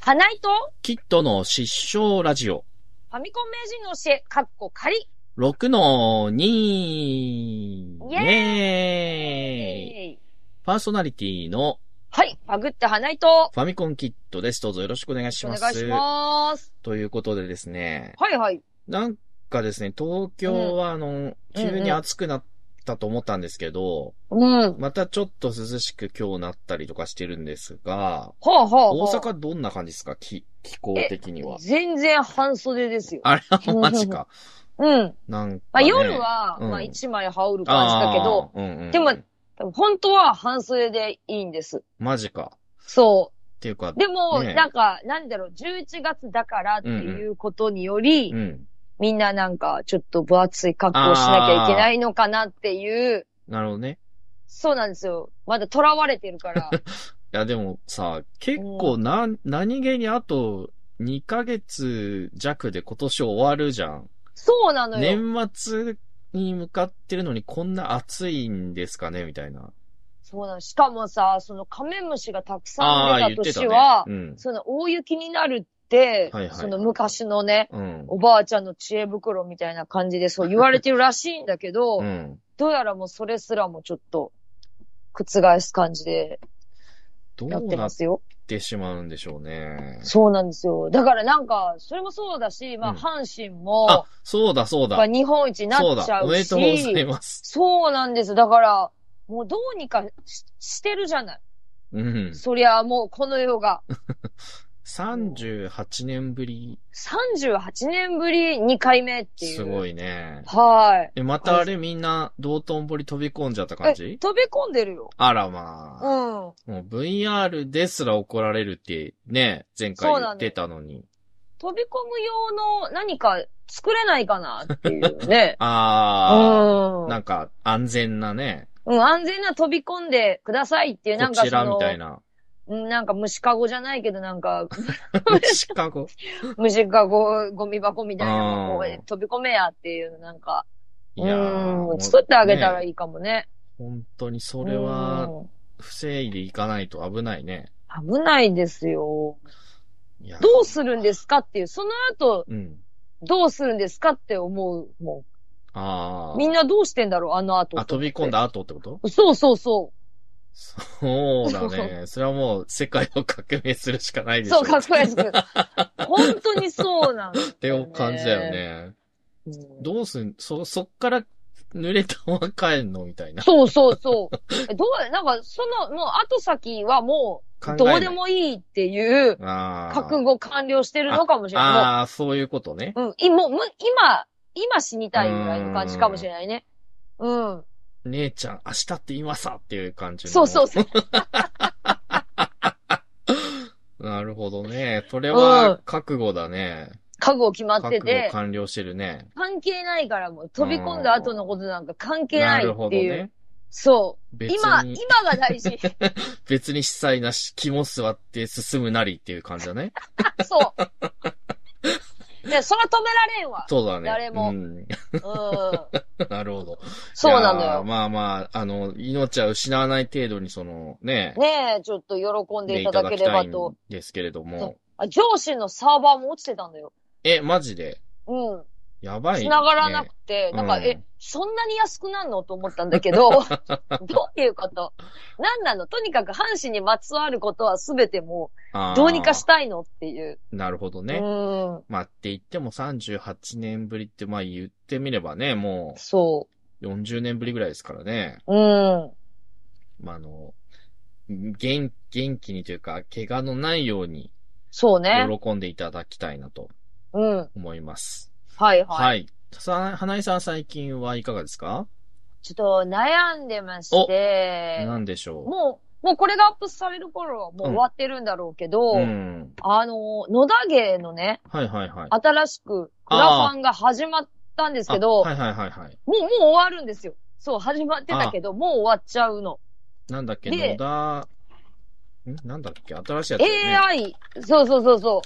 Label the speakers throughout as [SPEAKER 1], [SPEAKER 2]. [SPEAKER 1] 花井と
[SPEAKER 2] キッドの失笑ラジオ、
[SPEAKER 1] ファミコン名人の教え、カッコ仮。
[SPEAKER 2] 6の2、
[SPEAKER 1] イエーイ
[SPEAKER 2] イエーイパーソナリティの
[SPEAKER 1] はい、バグって花井と、
[SPEAKER 2] ファミコンキッドです。どうぞよろしくお願いし
[SPEAKER 1] お
[SPEAKER 2] ます。
[SPEAKER 1] 願いします。
[SPEAKER 2] ということでですね、
[SPEAKER 1] はいはい。
[SPEAKER 2] なんかですね、東京はあの、急に暑くなったと思ったんですけど、
[SPEAKER 1] うん。
[SPEAKER 2] またちょっと涼しく今日なったりとかしてるんですが、
[SPEAKER 1] ほうほうほ
[SPEAKER 2] 大
[SPEAKER 1] う。
[SPEAKER 2] 阪どんな感じですか気、気候的には。
[SPEAKER 1] 全然半袖ですよ。
[SPEAKER 2] あれマジか。
[SPEAKER 1] うん。
[SPEAKER 2] なんか、ね。
[SPEAKER 1] まあ、夜は、
[SPEAKER 2] うん
[SPEAKER 1] まあ一枚羽織る感じだ
[SPEAKER 2] あ
[SPEAKER 1] けど、
[SPEAKER 2] ー、うんうん
[SPEAKER 1] でも本当は半袖でいいんです。
[SPEAKER 2] マジか。
[SPEAKER 1] そ
[SPEAKER 2] っていうか
[SPEAKER 1] う。、でも、
[SPEAKER 2] ねえ
[SPEAKER 1] なんか、なんだろう、11月だからっていうことにより、
[SPEAKER 2] うん。
[SPEAKER 1] みんななんか、ちょっと分厚い格好をしなきゃいけないのかなっていう、
[SPEAKER 2] なるほどね。
[SPEAKER 1] そうなんですよ。まだ囚われてるから。
[SPEAKER 2] いや、でもさ、結構な、何気にあと2ヶ月弱で今年終わるじゃん。
[SPEAKER 1] そうなのよ。
[SPEAKER 2] 年末に向かってるのにこんな暑いんですかねみたいな。
[SPEAKER 1] そうなの。しかもさ、そのカメムシがたくさ
[SPEAKER 2] あ
[SPEAKER 1] ん出
[SPEAKER 2] あー、言
[SPEAKER 1] た
[SPEAKER 2] ってた
[SPEAKER 1] 年
[SPEAKER 2] ね。
[SPEAKER 1] は、
[SPEAKER 2] うん。
[SPEAKER 1] その大雪になるって、
[SPEAKER 2] はいはい
[SPEAKER 1] その昔のね、
[SPEAKER 2] うん。
[SPEAKER 1] おばあちゃんの知恵袋みたいな感じでそう言われてるらしいんだけど、
[SPEAKER 2] うん。
[SPEAKER 1] どうやらもうそれすらもちょっと、覆す感じで
[SPEAKER 2] ど
[SPEAKER 1] やっ
[SPEAKER 2] う
[SPEAKER 1] て
[SPEAKER 2] な
[SPEAKER 1] ま
[SPEAKER 2] っ
[SPEAKER 1] すよ。
[SPEAKER 2] てしまうんでしょうね。
[SPEAKER 1] そうなんですよ。だからなんか、それもそうだし、ま
[SPEAKER 2] う
[SPEAKER 1] あ、
[SPEAKER 2] ん
[SPEAKER 1] 阪神も、
[SPEAKER 2] あ、そうだそう
[SPEAKER 1] やっぱ
[SPEAKER 2] だ。
[SPEAKER 1] 日本一にな
[SPEAKER 2] そう
[SPEAKER 1] っち
[SPEAKER 2] だ。
[SPEAKER 1] ゃ
[SPEAKER 2] お
[SPEAKER 1] う
[SPEAKER 2] めで
[SPEAKER 1] し、
[SPEAKER 2] とうございます。
[SPEAKER 1] そうなんです。だから、もうどうにかししてるじゃない。
[SPEAKER 2] うん。
[SPEAKER 1] そりゃもうこの世が。
[SPEAKER 2] 38年ぶり、
[SPEAKER 1] 38年ぶり2回目っていう。
[SPEAKER 2] すご
[SPEAKER 1] い。
[SPEAKER 2] いね。
[SPEAKER 1] はい。
[SPEAKER 2] え、またあれみんな道頓堀飛び込んじゃった感
[SPEAKER 1] え、
[SPEAKER 2] じ
[SPEAKER 1] 飛び込んでるよ。
[SPEAKER 2] あらま
[SPEAKER 1] う
[SPEAKER 2] あ。
[SPEAKER 1] ん。
[SPEAKER 2] もう VR ですら怒られるってね、前回言ってたのに。。
[SPEAKER 1] 飛び込む用の何か作れないかなっていうね う
[SPEAKER 2] ああ、
[SPEAKER 1] ん。
[SPEAKER 2] なんか安全なね、
[SPEAKER 1] うん、安全な飛び込んでくださいっていう、なん
[SPEAKER 2] こ
[SPEAKER 1] か
[SPEAKER 2] ち
[SPEAKER 1] そ
[SPEAKER 2] らみ
[SPEAKER 1] の、
[SPEAKER 2] た いな。
[SPEAKER 1] うん、なんか虫かごじゃないけど、なん か、
[SPEAKER 2] シカゴ。
[SPEAKER 1] 虫かご、ゴミ箱みたいなのをこ
[SPEAKER 2] あー
[SPEAKER 1] う飛び込めやっていうの、なんか、
[SPEAKER 2] いや
[SPEAKER 1] う
[SPEAKER 2] ー
[SPEAKER 1] ん、作ってあげたらい
[SPEAKER 2] い。
[SPEAKER 1] いかもね。
[SPEAKER 2] 本当にそ
[SPEAKER 1] こ
[SPEAKER 2] れは、防いでいかないと危ないね。
[SPEAKER 1] 危ないですよ。
[SPEAKER 2] いや
[SPEAKER 1] どうするんですかっていう、その後、
[SPEAKER 2] うん。
[SPEAKER 1] どうするんですかって思う。も
[SPEAKER 2] あ
[SPEAKER 1] う、み
[SPEAKER 2] あ。
[SPEAKER 1] んなどうしてんだろう、あの後。
[SPEAKER 2] あ、飛び込ん。だ後ってこと
[SPEAKER 1] そうそうそ。
[SPEAKER 2] そうだね。それはもう世界を革命するしかないうでしょ。
[SPEAKER 1] そう、かっこいいです。本当にそうなんだよね。っ
[SPEAKER 2] っていう感じだよね。どうすん、そ、そっから濡れたまま帰んのみたいな。
[SPEAKER 1] そうそうそう。えどう、なんか、その、もう、後先はもう、
[SPEAKER 2] 考えない
[SPEAKER 1] どうでもいいっていう、
[SPEAKER 2] ああ。
[SPEAKER 1] 覚悟完了してるのかもしれない。もう
[SPEAKER 2] ああ、そういうことね。
[SPEAKER 1] うん、いもう、む、今、今死にたいぐらいの感じかもしれないね。うん。
[SPEAKER 2] 姉ちゃん、明日って今さっていう感じの。
[SPEAKER 1] そうそうそう。
[SPEAKER 2] なるほどね。それ
[SPEAKER 1] うん
[SPEAKER 2] は覚悟だね。
[SPEAKER 1] 覚悟決まっ
[SPEAKER 2] 覚
[SPEAKER 1] て
[SPEAKER 2] 悟
[SPEAKER 1] て、
[SPEAKER 2] 完了してるね。
[SPEAKER 1] 関係ないからもう飛び込んだ後のことなんか関係
[SPEAKER 2] な
[SPEAKER 1] ない
[SPEAKER 2] るほ
[SPEAKER 1] っ
[SPEAKER 2] ど
[SPEAKER 1] ていう。
[SPEAKER 2] ね。
[SPEAKER 1] そう。
[SPEAKER 2] 別に、
[SPEAKER 1] 今、今が大 事。
[SPEAKER 2] 別に司祭なし、肝座って進むなりっていう感じ だね。
[SPEAKER 1] そう。で、それは止められんわ。
[SPEAKER 2] そうだね。
[SPEAKER 1] 誰も
[SPEAKER 2] うん、
[SPEAKER 1] うん。
[SPEAKER 2] なるほど。
[SPEAKER 1] そうなの
[SPEAKER 2] いやー
[SPEAKER 1] よ。
[SPEAKER 2] まあまあ、あの、命は失わない程度に、その、ね、
[SPEAKER 1] ねえ、ちょっと喜んでいただければ
[SPEAKER 2] い
[SPEAKER 1] と
[SPEAKER 2] ん。ですけれども。
[SPEAKER 1] あ、上司のサーバーも落ちてたんだよ。
[SPEAKER 2] え、マジで
[SPEAKER 1] うん。
[SPEAKER 2] やばい、ね。
[SPEAKER 1] 繋がらなくて、
[SPEAKER 2] うん
[SPEAKER 1] なんか、え、そんなに安くなんのと思ったんだけ ど、どういうことなんなのとにかく阪神にまつわることはすべても
[SPEAKER 2] あ
[SPEAKER 1] う、
[SPEAKER 2] ー
[SPEAKER 1] どうにかしたいのっていう。
[SPEAKER 2] なるほど
[SPEAKER 1] う
[SPEAKER 2] ね。
[SPEAKER 1] ん。
[SPEAKER 2] まあって言っても38年ぶりって、まあ言ってみればね、も
[SPEAKER 1] そう
[SPEAKER 2] 40年ぶりぐらいですからね。
[SPEAKER 1] う。うん。
[SPEAKER 2] まああの、元、元気にというか、怪我のないように
[SPEAKER 1] そうね。
[SPEAKER 2] 喜んでいただきたいなと
[SPEAKER 1] うん。はい
[SPEAKER 2] 思います。
[SPEAKER 1] はい。
[SPEAKER 2] はい。さ、花井さん最近はいかがですか
[SPEAKER 1] ちょっと悩んでまして、
[SPEAKER 2] なんでしょ
[SPEAKER 1] もう、もうこれがアップされる頃はもう終わってるんだろうけど、
[SPEAKER 2] ううん。
[SPEAKER 1] あの、野田芸のね、
[SPEAKER 2] はいはいはい。
[SPEAKER 1] 新しくクラファンが始まったんですけど、
[SPEAKER 2] あはいはいはいはい。
[SPEAKER 1] もう、もう終わるんですよ。そう、始まってたけど、もう終わっちゃうの。
[SPEAKER 2] なんだっけ、
[SPEAKER 1] で
[SPEAKER 2] 野田、んなんだっけ、新しいやつ、ね。
[SPEAKER 1] AI、そうそうそうそう。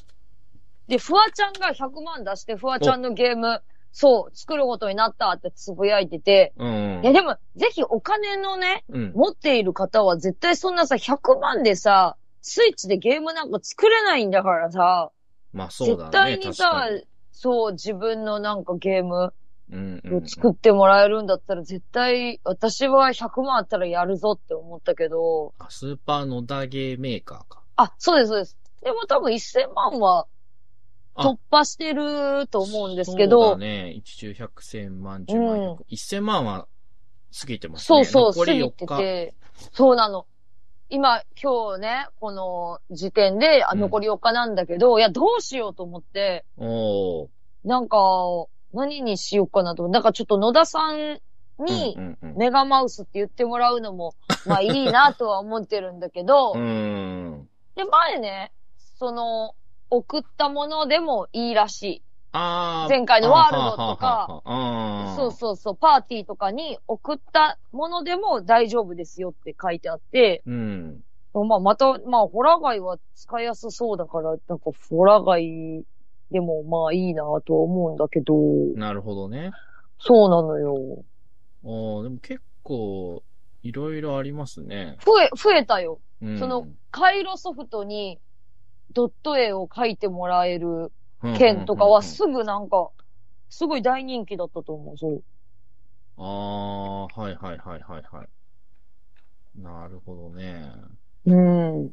[SPEAKER 1] で、フワちゃんが100万出して、フワちゃんのゲーム、そう、作ることになったってつぶやいてて、
[SPEAKER 2] うん
[SPEAKER 1] いや、でも、ぜひお金のね、
[SPEAKER 2] うん。
[SPEAKER 1] 持っている方は絶対そんなさ、100万でさ、スイッチでゲームなんか作れないんだからさ、
[SPEAKER 2] まあそうだ
[SPEAKER 1] 絶対
[SPEAKER 2] ね。
[SPEAKER 1] に
[SPEAKER 2] 確
[SPEAKER 1] さ
[SPEAKER 2] かに、
[SPEAKER 1] そう、自分のなんかゲーム
[SPEAKER 2] うんうんうん
[SPEAKER 1] を作ってもらえるんだったら、絶対、私は100万あったらやるぞって思ったけど、
[SPEAKER 2] あスーパー野田ゲーメーカーか。
[SPEAKER 1] あ、そうです、そうです。でも多分1000万は
[SPEAKER 2] あ
[SPEAKER 1] 突破してると思うんですけど、
[SPEAKER 2] そうだね。一中百千万、十万、
[SPEAKER 1] うん
[SPEAKER 2] 百一千万は過ぎてます
[SPEAKER 1] そ
[SPEAKER 2] ね。
[SPEAKER 1] うそう、
[SPEAKER 2] 残
[SPEAKER 1] 過
[SPEAKER 2] り
[SPEAKER 1] ぎ
[SPEAKER 2] 4
[SPEAKER 1] て
[SPEAKER 2] 日。
[SPEAKER 1] て。そうなの。今、今日ね、この時点で、あ、
[SPEAKER 2] うん
[SPEAKER 1] 残り4日なんだけど、いや、どうしようと思って、
[SPEAKER 2] おー
[SPEAKER 1] なんか、何にしようかなと思って。なんかちょっと野田さんに
[SPEAKER 2] う、んうん
[SPEAKER 1] メガマウスって言ってもらうのも、まあいいなとは思ってるんだけど、
[SPEAKER 2] うん。うん。
[SPEAKER 1] で、前ね、その、送ったものでもいいらし
[SPEAKER 2] あ
[SPEAKER 1] い。
[SPEAKER 2] ー
[SPEAKER 1] 前回のワールドと
[SPEAKER 2] は
[SPEAKER 1] か、
[SPEAKER 2] ははは。
[SPEAKER 1] そうそうそう、パーティーとかに送ったものでも大丈夫ですよって書いてあって、
[SPEAKER 2] うん。うん。
[SPEAKER 1] まあ、また、まあ、ホラガイは使いやすそうだから、なんか、ホラガイでも、まあ、いいなとは思うんだけど、
[SPEAKER 2] なるほどね。
[SPEAKER 1] そうなのよ。
[SPEAKER 2] おーでも結構、いろいろありますね。
[SPEAKER 1] 増え、増えたよ。
[SPEAKER 2] うん
[SPEAKER 1] その、カイロソフトに、ドット絵を描いてもらえる件とかは、
[SPEAKER 2] うんうんうんうん
[SPEAKER 1] すぐなんか、すごい大人気だったと思う、そう。
[SPEAKER 2] ああ、はいはいはいはいはい。なるほどね。
[SPEAKER 1] うん。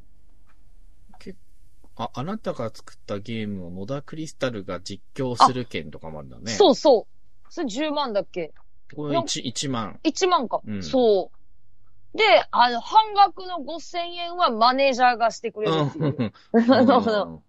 [SPEAKER 2] あ、あなたが作ったゲームを野田クリスタルが実況する件とかもあるんだね。
[SPEAKER 1] そうそう。それ10万だっけ
[SPEAKER 2] これ 1, 1万。
[SPEAKER 1] 1万か、
[SPEAKER 2] うん
[SPEAKER 1] そう。で、あの、半額の5000円はマネージャーがしてくれるっていう。 なるほど。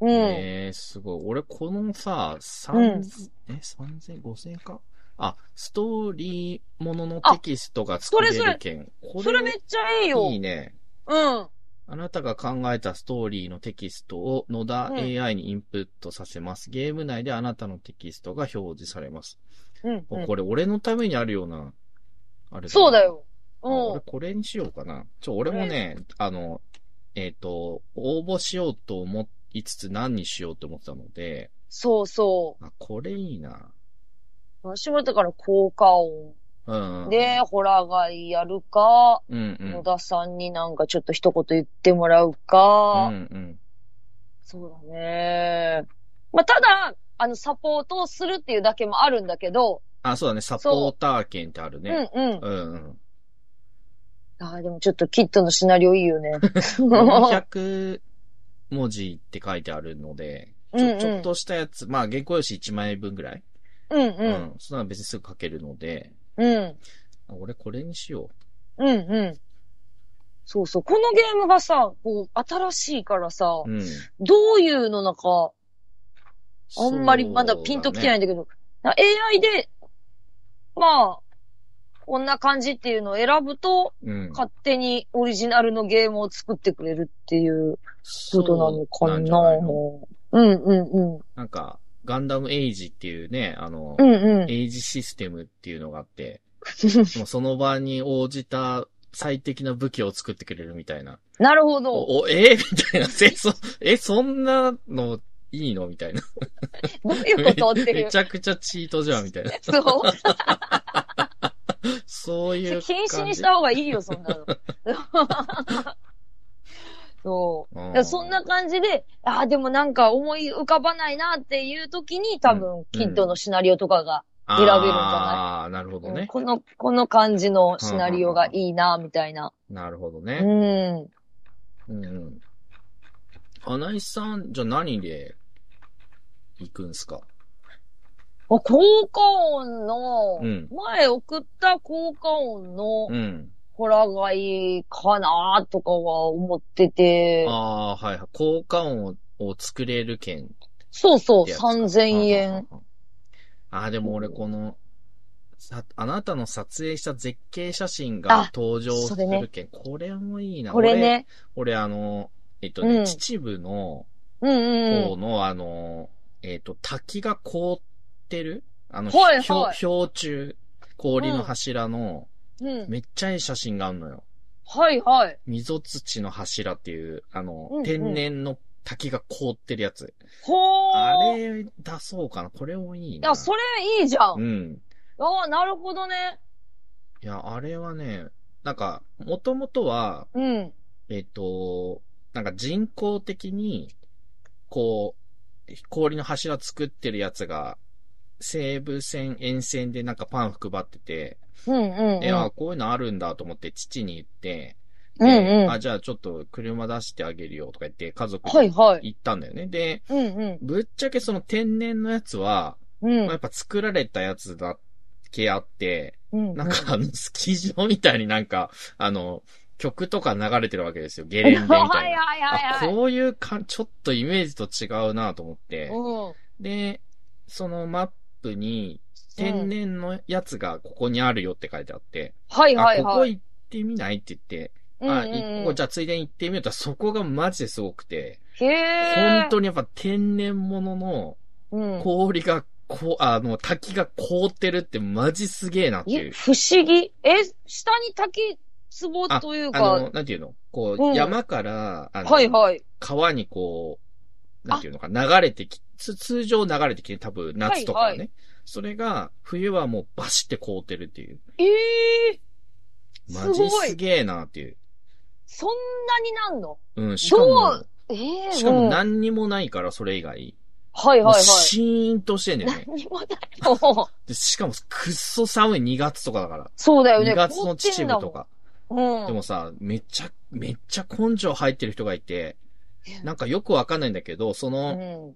[SPEAKER 1] う。
[SPEAKER 2] うん えー、すごい。俺、このさ、三、え、三千、五千かあ、ストーリーもののテキストが作れ
[SPEAKER 1] あそれ
[SPEAKER 2] る件。こ
[SPEAKER 1] それめっちゃいいよ。
[SPEAKER 2] いいね。
[SPEAKER 1] うん。
[SPEAKER 2] あなたが考えたストーリーのテキストを野田
[SPEAKER 1] うん
[SPEAKER 2] AI にインプットさせます。ゲーム内であなたのテキストが表示されます。
[SPEAKER 1] うん、
[SPEAKER 2] もうこれ俺のためにあるような、あれな
[SPEAKER 1] そうだ。よ。
[SPEAKER 2] あ
[SPEAKER 1] う
[SPEAKER 2] 俺
[SPEAKER 1] ん。
[SPEAKER 2] これにしようかな。ちょ、俺もね、あの、えっ、と、応募しようと思いつつ何にしようと思ってたので、
[SPEAKER 1] そうそ
[SPEAKER 2] あ、これいいな。
[SPEAKER 1] う。私もだから効果音
[SPEAKER 2] うんうん。
[SPEAKER 1] で、ホラーがやるか、
[SPEAKER 2] うんうん、
[SPEAKER 1] 野田さんになんかちょっと一言言ってもらう
[SPEAKER 2] うん
[SPEAKER 1] か、
[SPEAKER 2] うん。
[SPEAKER 1] そうだね。まあ、ただ、あの、サポートをするっていうだけもあるんだけど、
[SPEAKER 2] あ、そうだね、サポーター券ってあるね。
[SPEAKER 1] うんうん。
[SPEAKER 2] うんうん。
[SPEAKER 1] ああ、でもちょっとキッドのシナリオいい よね。
[SPEAKER 2] 400文字って書いてあるので、ち
[SPEAKER 1] うんう
[SPEAKER 2] ょ
[SPEAKER 1] ん
[SPEAKER 2] ちょっとしたやつ、まあ原稿用紙1枚分ぐらい。
[SPEAKER 1] うん
[SPEAKER 2] う。
[SPEAKER 1] うん
[SPEAKER 2] そんなの別にすぐ書けるので、
[SPEAKER 1] ん。うん。
[SPEAKER 2] あ俺これにしよ
[SPEAKER 1] うんうん。そうそう。このゲームがさ、こう、新しいからさ、
[SPEAKER 2] う。うん。
[SPEAKER 1] どういうのなんか、あんまりまだ
[SPEAKER 2] そうね
[SPEAKER 1] ピンときてないんだけど、な AI で、まあ、こんな感じっていうのを選ぶと、
[SPEAKER 2] うん。
[SPEAKER 1] 勝手にオリジナルのゲームを作ってくれるっていう
[SPEAKER 2] そ
[SPEAKER 1] こ
[SPEAKER 2] う
[SPEAKER 1] となのか
[SPEAKER 2] んじ
[SPEAKER 1] な
[SPEAKER 2] ゃいの
[SPEAKER 1] うんうんうん。
[SPEAKER 2] なんか、ガンダムエイジっていうね、あの、
[SPEAKER 1] うんうん。
[SPEAKER 2] エイジシステムっていうのが あって、もうその場に応じた最適な武器を作ってくれるみたいな。
[SPEAKER 1] なるほど。
[SPEAKER 2] お、おえーみたいな。 え、そ、え、そんなのいいのみたいな。
[SPEAKER 1] どういうことってい
[SPEAKER 2] め
[SPEAKER 1] う
[SPEAKER 2] ち。ゃくちゃチートじゃん、みた いな。
[SPEAKER 1] そう。
[SPEAKER 2] そういう感じ。
[SPEAKER 1] 禁止にした方がいいよ、そんなの。 そう。
[SPEAKER 2] う
[SPEAKER 1] だからそんな感じで、ああ、でもなんか思い浮かばないなっていう時に多分、キッドのシナリオとかが、
[SPEAKER 2] 選
[SPEAKER 1] べるんじゃない
[SPEAKER 2] ああー、なるほどね。
[SPEAKER 1] この、この感じのシナリオがいいな、みたいな。
[SPEAKER 2] なるほど
[SPEAKER 1] う
[SPEAKER 2] ね。
[SPEAKER 1] ん。
[SPEAKER 2] うんうん。花井さん、じゃあ何で行くんすか
[SPEAKER 1] あ効果音の、
[SPEAKER 2] うん。
[SPEAKER 1] 前送った効果音の
[SPEAKER 2] うん。
[SPEAKER 1] ホラーがいいかなとかは思ってて、
[SPEAKER 2] ああー、はいはい。効果音を作れる券
[SPEAKER 1] そうそう、
[SPEAKER 2] ってやつか
[SPEAKER 1] 3000
[SPEAKER 2] うんうんう
[SPEAKER 1] 円。
[SPEAKER 2] ん。ああ、でも俺この、さ、あなたの撮影した絶景写真が
[SPEAKER 1] あ
[SPEAKER 2] 登場す
[SPEAKER 1] それね
[SPEAKER 2] る件、これもいいな。
[SPEAKER 1] これね。
[SPEAKER 2] 俺。俺あの、えっとね、
[SPEAKER 1] うん
[SPEAKER 2] 秩父の
[SPEAKER 1] うんうん
[SPEAKER 2] 方のあの、えっと、滝が凍ってるあの、
[SPEAKER 1] はいはい
[SPEAKER 2] 氷氷柱、氷の柱の、
[SPEAKER 1] うん。うん。
[SPEAKER 2] めっちゃいい写真があるのよ。
[SPEAKER 1] はいはい。
[SPEAKER 2] 溝土の柱っていう、あの、
[SPEAKER 1] うんうん
[SPEAKER 2] 天然の滝が凍ってるやつ。
[SPEAKER 1] ほー。
[SPEAKER 2] あ
[SPEAKER 1] い
[SPEAKER 2] れ出そうかな。これもいいな。
[SPEAKER 1] や、それいいじゃん。
[SPEAKER 2] うん。
[SPEAKER 1] ああ、なるほどね。
[SPEAKER 2] いや、あれはね、なんか、もともとは、
[SPEAKER 1] うん。
[SPEAKER 2] えっ、と、なんか人工的に、こう、氷の柱作ってるやつが、西武線沿線でなんかパン配ってて、
[SPEAKER 1] うんうんうん。
[SPEAKER 2] で、あ、こういうのあるんだと思って父に言って、
[SPEAKER 1] うん
[SPEAKER 2] で
[SPEAKER 1] うん。は
[SPEAKER 2] あ、じゃあちょっと車出してあげるよとか言って家族
[SPEAKER 1] い
[SPEAKER 2] で
[SPEAKER 1] はい。
[SPEAKER 2] 行ったんだよね。で、
[SPEAKER 1] うんう
[SPEAKER 2] ぶっちゃけその天然のやつは、
[SPEAKER 1] ん。う
[SPEAKER 2] まあや
[SPEAKER 1] ん
[SPEAKER 2] っぱ作られたやつだけあって、
[SPEAKER 1] うん。
[SPEAKER 2] なんかあの、スキー場みたいになんか、あの、曲とか流れてるわけですよ。ゲレンデみ
[SPEAKER 1] は
[SPEAKER 2] たい
[SPEAKER 1] い
[SPEAKER 2] な。
[SPEAKER 1] はい
[SPEAKER 2] あ
[SPEAKER 1] はいはい。
[SPEAKER 2] こういうか、ちょっとイメージと違うなと思って。
[SPEAKER 1] うん
[SPEAKER 2] で、そのマップに、天
[SPEAKER 1] うん
[SPEAKER 2] 然のやつがここにあるよって書いてあって、
[SPEAKER 1] はいはい
[SPEAKER 2] あ、ここ
[SPEAKER 1] はい。
[SPEAKER 2] 行ってみないって言って、
[SPEAKER 1] うん
[SPEAKER 2] あ、
[SPEAKER 1] うん
[SPEAKER 2] いここじゃあついでに行ってみようって言ったらそこがマジですごくて、
[SPEAKER 1] へえ。
[SPEAKER 2] 本当にやっぱ天然物の
[SPEAKER 1] うん。
[SPEAKER 2] 氷が、こう、あの、滝が凍ってるってマジすげえなってい
[SPEAKER 1] え
[SPEAKER 2] う。
[SPEAKER 1] 不思議。え、下に滝壺という
[SPEAKER 2] あ
[SPEAKER 1] か、
[SPEAKER 2] の、なんていうのこ
[SPEAKER 1] うん
[SPEAKER 2] う、山から、あの、
[SPEAKER 1] はいはい。
[SPEAKER 2] 川にこう、なんていうのか、流れてき、つ通常流れてきて、多分夏とかはね。
[SPEAKER 1] はいは
[SPEAKER 2] それが、冬はもうバシって凍ってるっていう。
[SPEAKER 1] ええー、す
[SPEAKER 2] マジ
[SPEAKER 1] ご
[SPEAKER 2] す
[SPEAKER 1] い。
[SPEAKER 2] げえなっていう。
[SPEAKER 1] そんなになんの
[SPEAKER 2] うん、しかも、
[SPEAKER 1] ええー、
[SPEAKER 2] しかも
[SPEAKER 1] うん
[SPEAKER 2] 何にもないから、それ以外。
[SPEAKER 1] はい
[SPEAKER 2] もう
[SPEAKER 1] はいは
[SPEAKER 2] シーンとしてんだ
[SPEAKER 1] い。
[SPEAKER 2] よね。
[SPEAKER 1] 何もないの。
[SPEAKER 2] でしかも、くっそ寒い2月とかだから。
[SPEAKER 1] そうだよね。
[SPEAKER 2] 2月の秩父とか。
[SPEAKER 1] 凍ってんだもん。うん。
[SPEAKER 2] でもさ、めっちゃ、めっちゃ根性入ってる人がいて、なんかよくわかんないんだけど、その、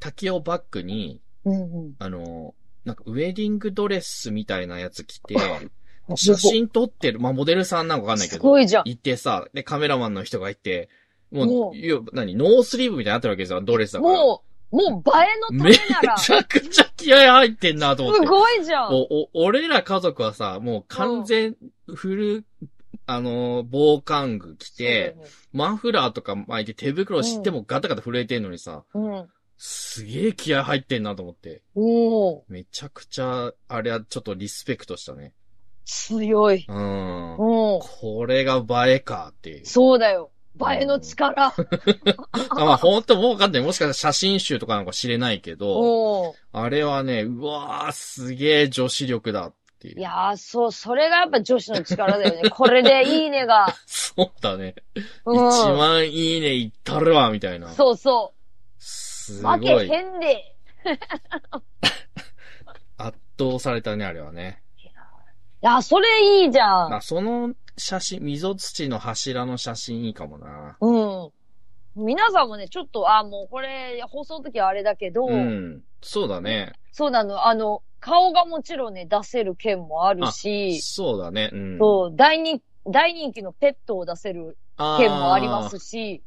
[SPEAKER 2] 竹をバックに、
[SPEAKER 1] うん。うんうん。
[SPEAKER 2] あの、なんかウェディングドレスみたいなやつ着て、写真撮ってる、まあ、モデルさんなんかわかんないけ
[SPEAKER 1] す
[SPEAKER 2] ど
[SPEAKER 1] ご、いじゃん。
[SPEAKER 2] いてさ、で、カメラマンの人がいて、も
[SPEAKER 1] も
[SPEAKER 2] う、
[SPEAKER 1] う
[SPEAKER 2] いや何、ノースリーブみたいになってるわけですよ、ドレスだから。
[SPEAKER 1] もう、もう映えのた
[SPEAKER 2] め
[SPEAKER 1] め
[SPEAKER 2] ち
[SPEAKER 1] なら、す
[SPEAKER 2] ゃくちゃ気合入ってんなと思って。
[SPEAKER 1] ごいじゃん。
[SPEAKER 2] もうお、俺ら家族はさ、もう完全、フル、あのー、防寒具着て、マフラーとか巻いて手袋してもガタガタ震えてんのにさ、
[SPEAKER 1] そうだよね、
[SPEAKER 2] すげえ気合入ってんなと思って。
[SPEAKER 1] うん。おお
[SPEAKER 2] めちゃくちゃ、あれはちょっとリスペクトしたね。
[SPEAKER 1] 強い。
[SPEAKER 2] うん。
[SPEAKER 1] うん。
[SPEAKER 2] これが映えかっていう。
[SPEAKER 1] そうだよ。映えの力。
[SPEAKER 2] あまあ本当もうわかんない。もしかしたら写真集とかなんか知れないけど、
[SPEAKER 1] おお
[SPEAKER 2] あれはね、うわー、すげえ女子力だっていう。
[SPEAKER 1] いやー、そう、それがやっぱ女子の力だ よね。これでいいねが。
[SPEAKER 2] そうだね。
[SPEAKER 1] う
[SPEAKER 2] 一
[SPEAKER 1] ん。
[SPEAKER 2] 万いいねいったるわ、みたいな。
[SPEAKER 1] そうそ
[SPEAKER 2] す
[SPEAKER 1] う。
[SPEAKER 2] ご
[SPEAKER 1] 負け
[SPEAKER 2] い。
[SPEAKER 1] へんで。
[SPEAKER 2] 圧倒されたね、あれはね。
[SPEAKER 1] いやー、それいいじゃ
[SPEAKER 2] まあ
[SPEAKER 1] ん。
[SPEAKER 2] その写真、溝土の柱の写真いいかもな。
[SPEAKER 1] うん。皆さんもね、ちょっと、あー、もうこれ、放送の時はあれだけど、
[SPEAKER 2] うん。そうだね。
[SPEAKER 1] そうなの。あの、顔がもちろんね、出せる件もあるし、
[SPEAKER 2] そうだね。うん。
[SPEAKER 1] そう、大人、大人気のペットを出せる
[SPEAKER 2] あー
[SPEAKER 1] 件もありますし、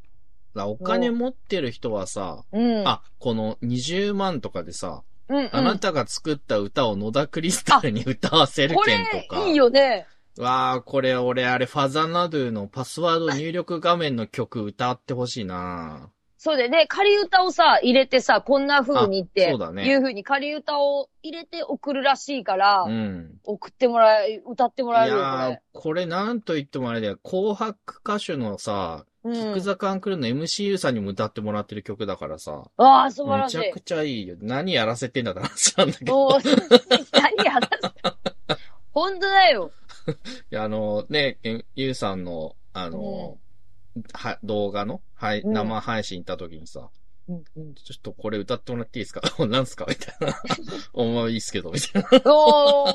[SPEAKER 2] だお金持ってる人はさ、
[SPEAKER 1] うん。
[SPEAKER 2] あ、この20万とかでさ、
[SPEAKER 1] うん、うん。
[SPEAKER 2] あなたが作った歌を野田クリスタルに歌わせる
[SPEAKER 1] こ
[SPEAKER 2] 件とか。
[SPEAKER 1] れ、いいよね。
[SPEAKER 2] わあ、これ俺あれ、ファザナドゥのパスワード入力画面の曲歌ってほしいな
[SPEAKER 1] そうで、で、仮歌をさ、入れてさ、こんな風にって、
[SPEAKER 2] あそうだね
[SPEAKER 1] いう風に仮歌を入れて送るらしいから、
[SPEAKER 2] うん。
[SPEAKER 1] 送ってもらえ、歌っても
[SPEAKER 2] い
[SPEAKER 1] ら
[SPEAKER 2] や
[SPEAKER 1] えるよ、こ
[SPEAKER 2] ーこれなんと言ってもあれだよ。紅白歌手のさ、
[SPEAKER 1] れ。
[SPEAKER 2] キ
[SPEAKER 1] う
[SPEAKER 2] ック
[SPEAKER 1] ん。
[SPEAKER 2] ザカンクルーの MCU さんにも歌ってもらってる曲だからさ、
[SPEAKER 1] ああ、素晴
[SPEAKER 2] め
[SPEAKER 1] らし
[SPEAKER 2] ちゃ
[SPEAKER 1] い
[SPEAKER 2] く。ちゃいいよ。何やらせてんだって話なんだけど。
[SPEAKER 1] もう、 何やら本当だよ。
[SPEAKER 2] いやあのね、えゆうさんの、あの、は、動画の、はい、
[SPEAKER 1] うん
[SPEAKER 2] 生配信行った時にさ、
[SPEAKER 1] うんうん
[SPEAKER 2] ちょっとこれ歌ってもらっていいですか なんすかみたいな。お前いいっすけど、みたいな。
[SPEAKER 1] おー。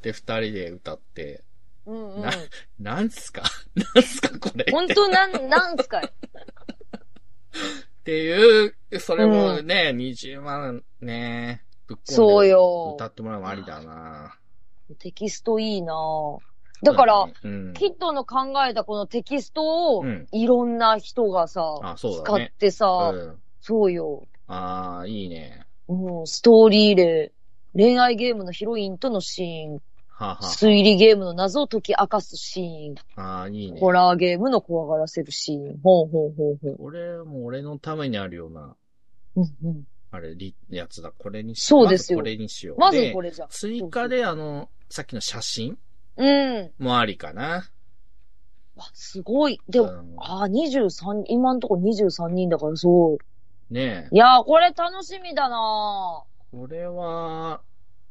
[SPEAKER 2] で、二人で歌って、
[SPEAKER 1] うんうん
[SPEAKER 2] な。なんすか なんすかこれ
[SPEAKER 1] 本
[SPEAKER 2] っ
[SPEAKER 1] 当 なん、なんすかい。
[SPEAKER 2] ていう、それもね、20万ね、ぶっ込んで
[SPEAKER 1] そうよ
[SPEAKER 2] 歌。ってもらうのもありだな
[SPEAKER 1] テキストいいなだから、、
[SPEAKER 2] うん。
[SPEAKER 1] キッドの考えたこのテキストを
[SPEAKER 2] う、ん。
[SPEAKER 1] いろんな人がさ、
[SPEAKER 2] あそうだ
[SPEAKER 1] 使
[SPEAKER 2] ね
[SPEAKER 1] ってさ、
[SPEAKER 2] うん
[SPEAKER 1] そうよ。
[SPEAKER 2] ああ、いいね。
[SPEAKER 1] うん、ストーリー例、恋愛ゲームのヒロインとのシーン、
[SPEAKER 2] はあは
[SPEAKER 1] 推理ゲームの謎を解き明かすシーン、
[SPEAKER 2] あ。ああ、いいね。
[SPEAKER 1] ホラーゲームの怖がらせるシーン。ほうほうほうほう。
[SPEAKER 2] これも俺のためにあるような、
[SPEAKER 1] うんうん、
[SPEAKER 2] あれ、りやつだ。これにし
[SPEAKER 1] そうですよ
[SPEAKER 2] まずこれにしよう。
[SPEAKER 1] まずこ
[SPEAKER 2] れ。
[SPEAKER 1] れじゃん。
[SPEAKER 2] 追加で、あの、さっきの写真
[SPEAKER 1] うん。
[SPEAKER 2] もありかな。
[SPEAKER 1] わすごい。でも、
[SPEAKER 2] うん
[SPEAKER 1] ああ、23、今んとこ23人だからそう。
[SPEAKER 2] ねえ
[SPEAKER 1] い。やー、これ楽しみだな
[SPEAKER 2] これは、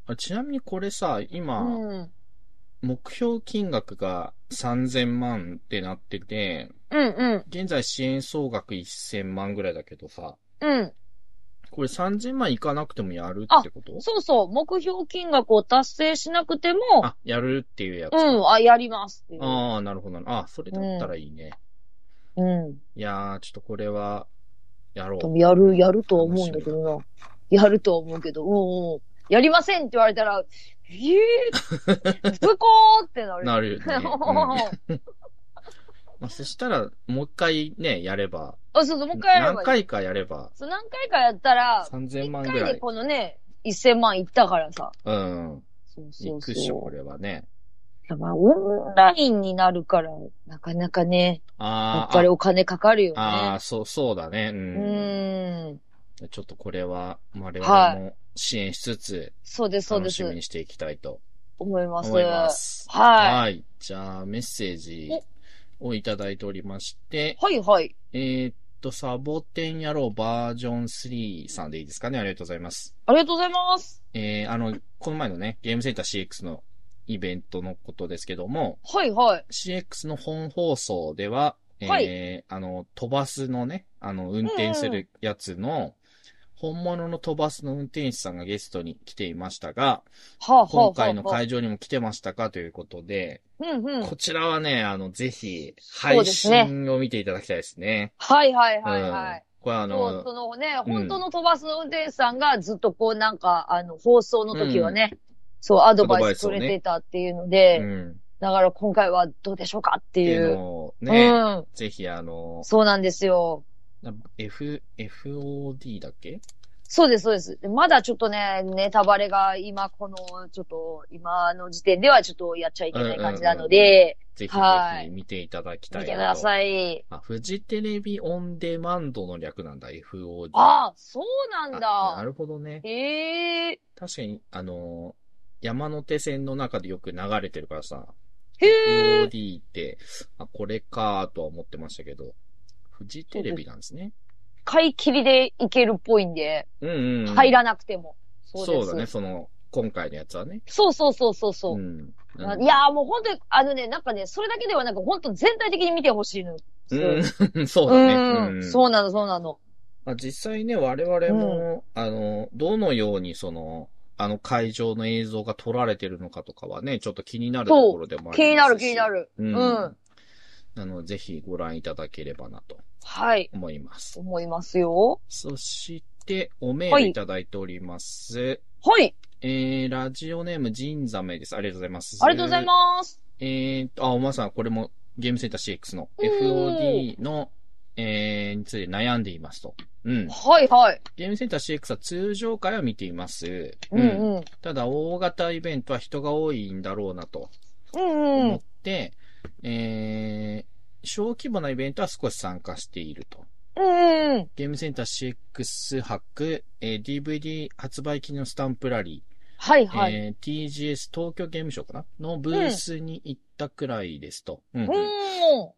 [SPEAKER 2] あちなみにこれさ、
[SPEAKER 1] ぁ。
[SPEAKER 2] 今、
[SPEAKER 1] うん。
[SPEAKER 2] 目標金額が3000万ってなってて、
[SPEAKER 1] うんうん。
[SPEAKER 2] 現在支援総額1000万ぐらいだけどさ、
[SPEAKER 1] うん。
[SPEAKER 2] これ3000万いかなくてもやるってこと
[SPEAKER 1] そうそう。目標金額を達成しなくても、
[SPEAKER 2] あ、やるっていうやつ。
[SPEAKER 1] うん、あ、やりますっていう。
[SPEAKER 2] ああ、なるほどな。あ、それだったらいいね。
[SPEAKER 1] うん。
[SPEAKER 2] いやー、ちょっとこれは、やろ
[SPEAKER 1] で
[SPEAKER 2] う。
[SPEAKER 1] もやる、やるとは思うんだけどな。やるとは思うけど、うんうん。やりませんって言われたら、えぇ、 ー、不幸ってなる。
[SPEAKER 2] なる よね。うん
[SPEAKER 1] あ、
[SPEAKER 2] まあ、そしたら、もう一回ね、やれば、
[SPEAKER 1] そうそう、もう一回やればい
[SPEAKER 2] 何
[SPEAKER 1] い。
[SPEAKER 2] 回かやれば、
[SPEAKER 1] そう何回かやったら、
[SPEAKER 2] 3000万
[SPEAKER 1] 一
[SPEAKER 2] ぐ
[SPEAKER 1] 回
[SPEAKER 2] ら
[SPEAKER 1] で
[SPEAKER 2] い。
[SPEAKER 1] このね、1000万いったからさ。
[SPEAKER 2] うん。
[SPEAKER 1] そうそ
[SPEAKER 2] いうくっしょ、こ
[SPEAKER 1] そう。
[SPEAKER 2] れはね。
[SPEAKER 1] やっぱオンラインになるから、なかなかね、や
[SPEAKER 2] あ
[SPEAKER 1] っ
[SPEAKER 2] ー
[SPEAKER 1] ぱりお金かかるよ
[SPEAKER 2] あ
[SPEAKER 1] ね
[SPEAKER 2] あ、。そう、そうだね。
[SPEAKER 1] う
[SPEAKER 2] う。
[SPEAKER 1] んーん。
[SPEAKER 2] ちょっとこれは、まあ、我
[SPEAKER 1] は
[SPEAKER 2] 々も支援しつつ、
[SPEAKER 1] そうです、そう
[SPEAKER 2] 楽
[SPEAKER 1] で
[SPEAKER 2] しみ
[SPEAKER 1] す。
[SPEAKER 2] にしていきたいと
[SPEAKER 1] 思います。
[SPEAKER 2] 思います。
[SPEAKER 1] はい
[SPEAKER 2] はい。じゃあ、メッセージをいただいておりまして、
[SPEAKER 1] はいはい。
[SPEAKER 2] えーっと、サボテン野郎バージョン3さんでいいですかねありがとうございます。
[SPEAKER 1] ありがとうございます。
[SPEAKER 2] えー、あの、この前のね、ゲームセンター CX のイベントのことですけども、
[SPEAKER 1] はいはい。
[SPEAKER 2] CX の本放送では、えー
[SPEAKER 1] はい
[SPEAKER 2] あの、飛ばすのね、あの、運転するやつの、本物の飛ばすの運転手さんがゲストに来ていましたが、
[SPEAKER 1] はあ、はあ、
[SPEAKER 2] 今回の
[SPEAKER 1] はあはあ
[SPEAKER 2] 会場にも来てましたかということで、
[SPEAKER 1] うんうん。
[SPEAKER 2] こちらはね、あの、ぜひ、
[SPEAKER 1] そう
[SPEAKER 2] 配
[SPEAKER 1] ですね
[SPEAKER 2] 信を見ていただきたいですね。
[SPEAKER 1] はいはいはい
[SPEAKER 2] うん
[SPEAKER 1] はい。
[SPEAKER 2] これあ
[SPEAKER 1] そう、
[SPEAKER 2] の、
[SPEAKER 1] そのね、
[SPEAKER 2] うん
[SPEAKER 1] 本当の飛ばすの運転手さんがずっとこうなんか、あの、放送の時はね、そう、アドバイス
[SPEAKER 2] アドバイスを
[SPEAKER 1] くれ
[SPEAKER 2] ね
[SPEAKER 1] てたっていうの
[SPEAKER 2] う
[SPEAKER 1] で、
[SPEAKER 2] ん。
[SPEAKER 1] だから今回はどうでしょうかって
[SPEAKER 2] って
[SPEAKER 1] い
[SPEAKER 2] いう
[SPEAKER 1] う。
[SPEAKER 2] のをね、
[SPEAKER 1] うん。
[SPEAKER 2] ぜひあの、
[SPEAKER 1] そうなんですよ。
[SPEAKER 2] F、FOD だっけ
[SPEAKER 1] そうです、そうです。まだちょっとね、ネタバレが今、この、ちょっと、今の時点ではちょっとやっちゃいけない感じなので、
[SPEAKER 2] ぜひぜ
[SPEAKER 1] はい
[SPEAKER 2] ひ見ていただきたい
[SPEAKER 1] 見て
[SPEAKER 2] なと。
[SPEAKER 1] ください。
[SPEAKER 2] あ、フジテレビオンデマンドの略なんだ、FOD。
[SPEAKER 1] ああ、そうなん
[SPEAKER 2] あな
[SPEAKER 1] だ。
[SPEAKER 2] るほどね。
[SPEAKER 1] へえ、
[SPEAKER 2] 確かに、あのー山手線の中でよく流れてるからさ、
[SPEAKER 1] へえ、
[SPEAKER 2] FOD って、あ、これかとは思ってましたけど、フジテレビなんですね。
[SPEAKER 1] 買い切りでいけるっぽいんで、
[SPEAKER 2] うんうん。
[SPEAKER 1] 入らなくても。
[SPEAKER 2] そ
[SPEAKER 1] そううです。
[SPEAKER 2] だね、その、今回のやつはね。
[SPEAKER 1] そうそうそうそうそうう。
[SPEAKER 2] ん。
[SPEAKER 1] なうんいやーもう本当に、あのね、なんかね、それだけではなく、本当全体的に見てほしいのよ。
[SPEAKER 2] うん、 そう
[SPEAKER 1] う
[SPEAKER 2] だね。
[SPEAKER 1] ん、
[SPEAKER 2] うん
[SPEAKER 1] そうなの、そうなの。
[SPEAKER 2] まあ、実際ね、我々も、あの、どのようにその、あの会場の映像が撮られてるのかとかはね、ちょっと気になるところでもありますし
[SPEAKER 1] 気になる、気にな。る。
[SPEAKER 2] うん。
[SPEAKER 1] うん
[SPEAKER 2] なので、ぜひご覧いただければなと
[SPEAKER 1] はい、
[SPEAKER 2] 思います。
[SPEAKER 1] 思いますよ。
[SPEAKER 2] そして、おメールいただいております。
[SPEAKER 1] はい、
[SPEAKER 2] えー、ラジオネーム、ジンザメです。ありがとうございます。
[SPEAKER 1] ありがとうござい
[SPEAKER 2] す。
[SPEAKER 1] ます。
[SPEAKER 2] えーと、あ、おまさん、これもゲームセンター CX の
[SPEAKER 1] うん
[SPEAKER 2] FOD の、えー、について悩んでいますと。うん。
[SPEAKER 1] はい、はい。
[SPEAKER 2] ゲームセンター CX は通常回は見ています。
[SPEAKER 1] うん、うん。
[SPEAKER 2] ただ、大型イベントは人が多いんだろうなと
[SPEAKER 1] うん、う
[SPEAKER 2] 思っ
[SPEAKER 1] ん。
[SPEAKER 2] て、えー、小規模なイベントは少し参加していると。
[SPEAKER 1] うん、うん。
[SPEAKER 2] ゲームセンター CX 博、えー DVD 発売記念のスタンプラリ
[SPEAKER 1] はい、
[SPEAKER 2] ー、
[SPEAKER 1] はい。
[SPEAKER 2] えー TGS 東京ゲームショーかなのブースに行ったくらいですと。うん
[SPEAKER 1] う
[SPEAKER 2] うん
[SPEAKER 1] ん。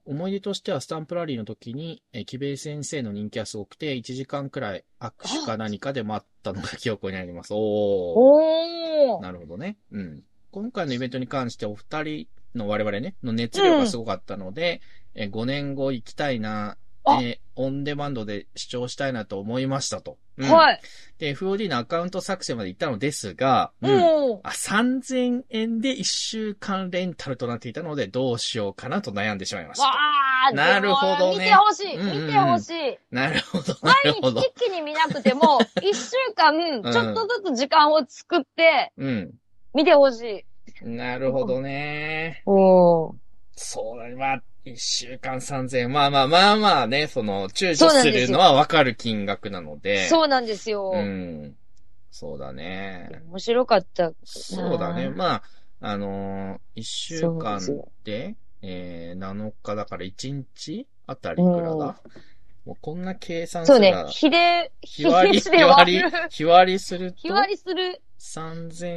[SPEAKER 2] 思い出としてはスタンプラリーの時に、えー、木部先生の人気はすごくて、1時間くらい握手か何かで待ったのが記憶にあります。おー。
[SPEAKER 1] おー。
[SPEAKER 2] なるほどね。うん。今回のイベントに関してお二人の我々ね、の熱量がすごかったので、えー5年後行きたいな、え
[SPEAKER 1] あ
[SPEAKER 2] ーオンデマンドで視聴したいなと思いましたと。うん、
[SPEAKER 1] はい。
[SPEAKER 2] で、FOD のアカウント作成まで行ったのですが、
[SPEAKER 1] うん。
[SPEAKER 2] あ、3000円で1週間レンタルとなっていたので、どうしようかなと悩んでしまいました
[SPEAKER 1] わ。ー
[SPEAKER 2] なるほどね
[SPEAKER 1] でも見てほしい。
[SPEAKER 2] うんうんうん
[SPEAKER 1] 見てほしい。
[SPEAKER 2] なるほど、な
[SPEAKER 1] 毎
[SPEAKER 2] るほ
[SPEAKER 1] 日
[SPEAKER 2] ど。
[SPEAKER 1] 一気に見なくて も、一週間、ちょっとずつ時間を作って、
[SPEAKER 2] うん。
[SPEAKER 1] 見てほしい。
[SPEAKER 2] なるほどね。
[SPEAKER 1] おー。
[SPEAKER 2] そうだね。まあ、1週間3000円。まあまあまあまあね、その、躊
[SPEAKER 1] そ
[SPEAKER 2] 躇
[SPEAKER 1] うなん
[SPEAKER 2] す
[SPEAKER 1] ですよ
[SPEAKER 2] るのはわかる金額なので。
[SPEAKER 1] そうなんですよ。
[SPEAKER 2] うん。そうだね。
[SPEAKER 1] 面白かった。
[SPEAKER 2] そうだね。
[SPEAKER 1] うん
[SPEAKER 2] まあ、あのー、1週
[SPEAKER 1] そう
[SPEAKER 2] 間
[SPEAKER 1] ですよ
[SPEAKER 2] で、えー、7日だから1日あたりいくらだ、もうこんな計算す
[SPEAKER 1] そう
[SPEAKER 2] ら
[SPEAKER 1] ね。比例、
[SPEAKER 2] 日
[SPEAKER 1] 比
[SPEAKER 2] 割り、
[SPEAKER 1] 例
[SPEAKER 2] 日
[SPEAKER 1] で割
[SPEAKER 2] 割り
[SPEAKER 1] る。、
[SPEAKER 2] 日割りすると。
[SPEAKER 1] 日割りする。
[SPEAKER 2] 3000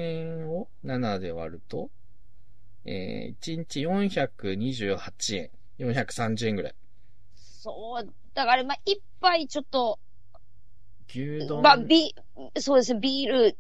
[SPEAKER 2] 円を7で割ると、えー、1日428円、430円ぐらい。
[SPEAKER 1] そう。だから、まあ、一杯ちょっと、
[SPEAKER 2] 牛丼、
[SPEAKER 1] まあ、ビ、そうですね、ビール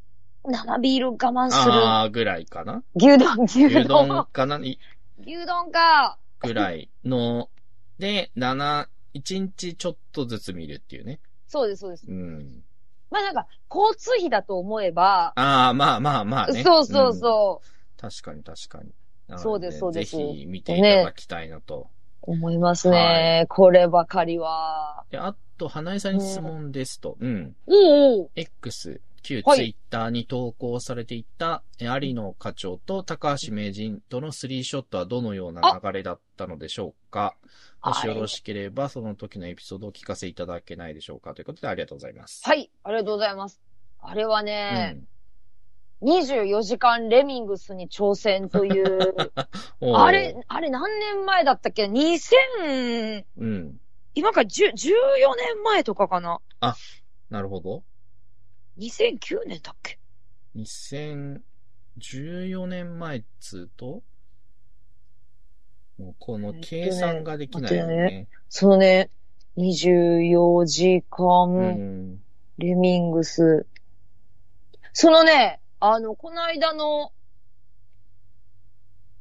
[SPEAKER 1] 生ビール我慢する。
[SPEAKER 2] あーぐらいかな
[SPEAKER 1] 牛丼、牛
[SPEAKER 2] 牛
[SPEAKER 1] 丼
[SPEAKER 2] 丼。かない
[SPEAKER 1] 牛丼か。
[SPEAKER 2] ぐらいの、で、7、1日ちょっとずつ見るっていうね。
[SPEAKER 1] そうです、そうです。
[SPEAKER 2] うん。
[SPEAKER 1] まあなんか、交通費だと思えば、
[SPEAKER 2] ああ、まあまあまあね。
[SPEAKER 1] そうそう
[SPEAKER 2] うん。
[SPEAKER 1] そ
[SPEAKER 2] 確かに確かに。なの
[SPEAKER 1] そうですそうです
[SPEAKER 2] ぜひ見ていただきたいなと。
[SPEAKER 1] う。思いますね、こればかりは。
[SPEAKER 2] で、あと、花井さんに質問ですと。うん。
[SPEAKER 1] おうおう
[SPEAKER 2] X、旧
[SPEAKER 1] はい
[SPEAKER 2] ツイッターに投稿されていた、え有野課長と高橋名人とのスリーショットはどのような流れだったのでしょうか
[SPEAKER 1] あ
[SPEAKER 2] もしよろしければ、その時のエピソードをお聞かせいただけないでしょうかということで、ありがとうございます。
[SPEAKER 1] はい、ありがとうございます。あれはね、
[SPEAKER 2] うん
[SPEAKER 1] 24時間レミングスに挑戦という、
[SPEAKER 2] おー
[SPEAKER 1] あれ、あれ何年前だったっけ ?2000、
[SPEAKER 2] うん。
[SPEAKER 1] 今から10 14年前とかかな
[SPEAKER 2] なるほど。
[SPEAKER 1] ?2009 年だっけ
[SPEAKER 2] 2014年前っつうと、もうこの計算ができないよね。
[SPEAKER 1] そのね、24時間、
[SPEAKER 2] うん。
[SPEAKER 1] レミングス。そのね、あの、この間の、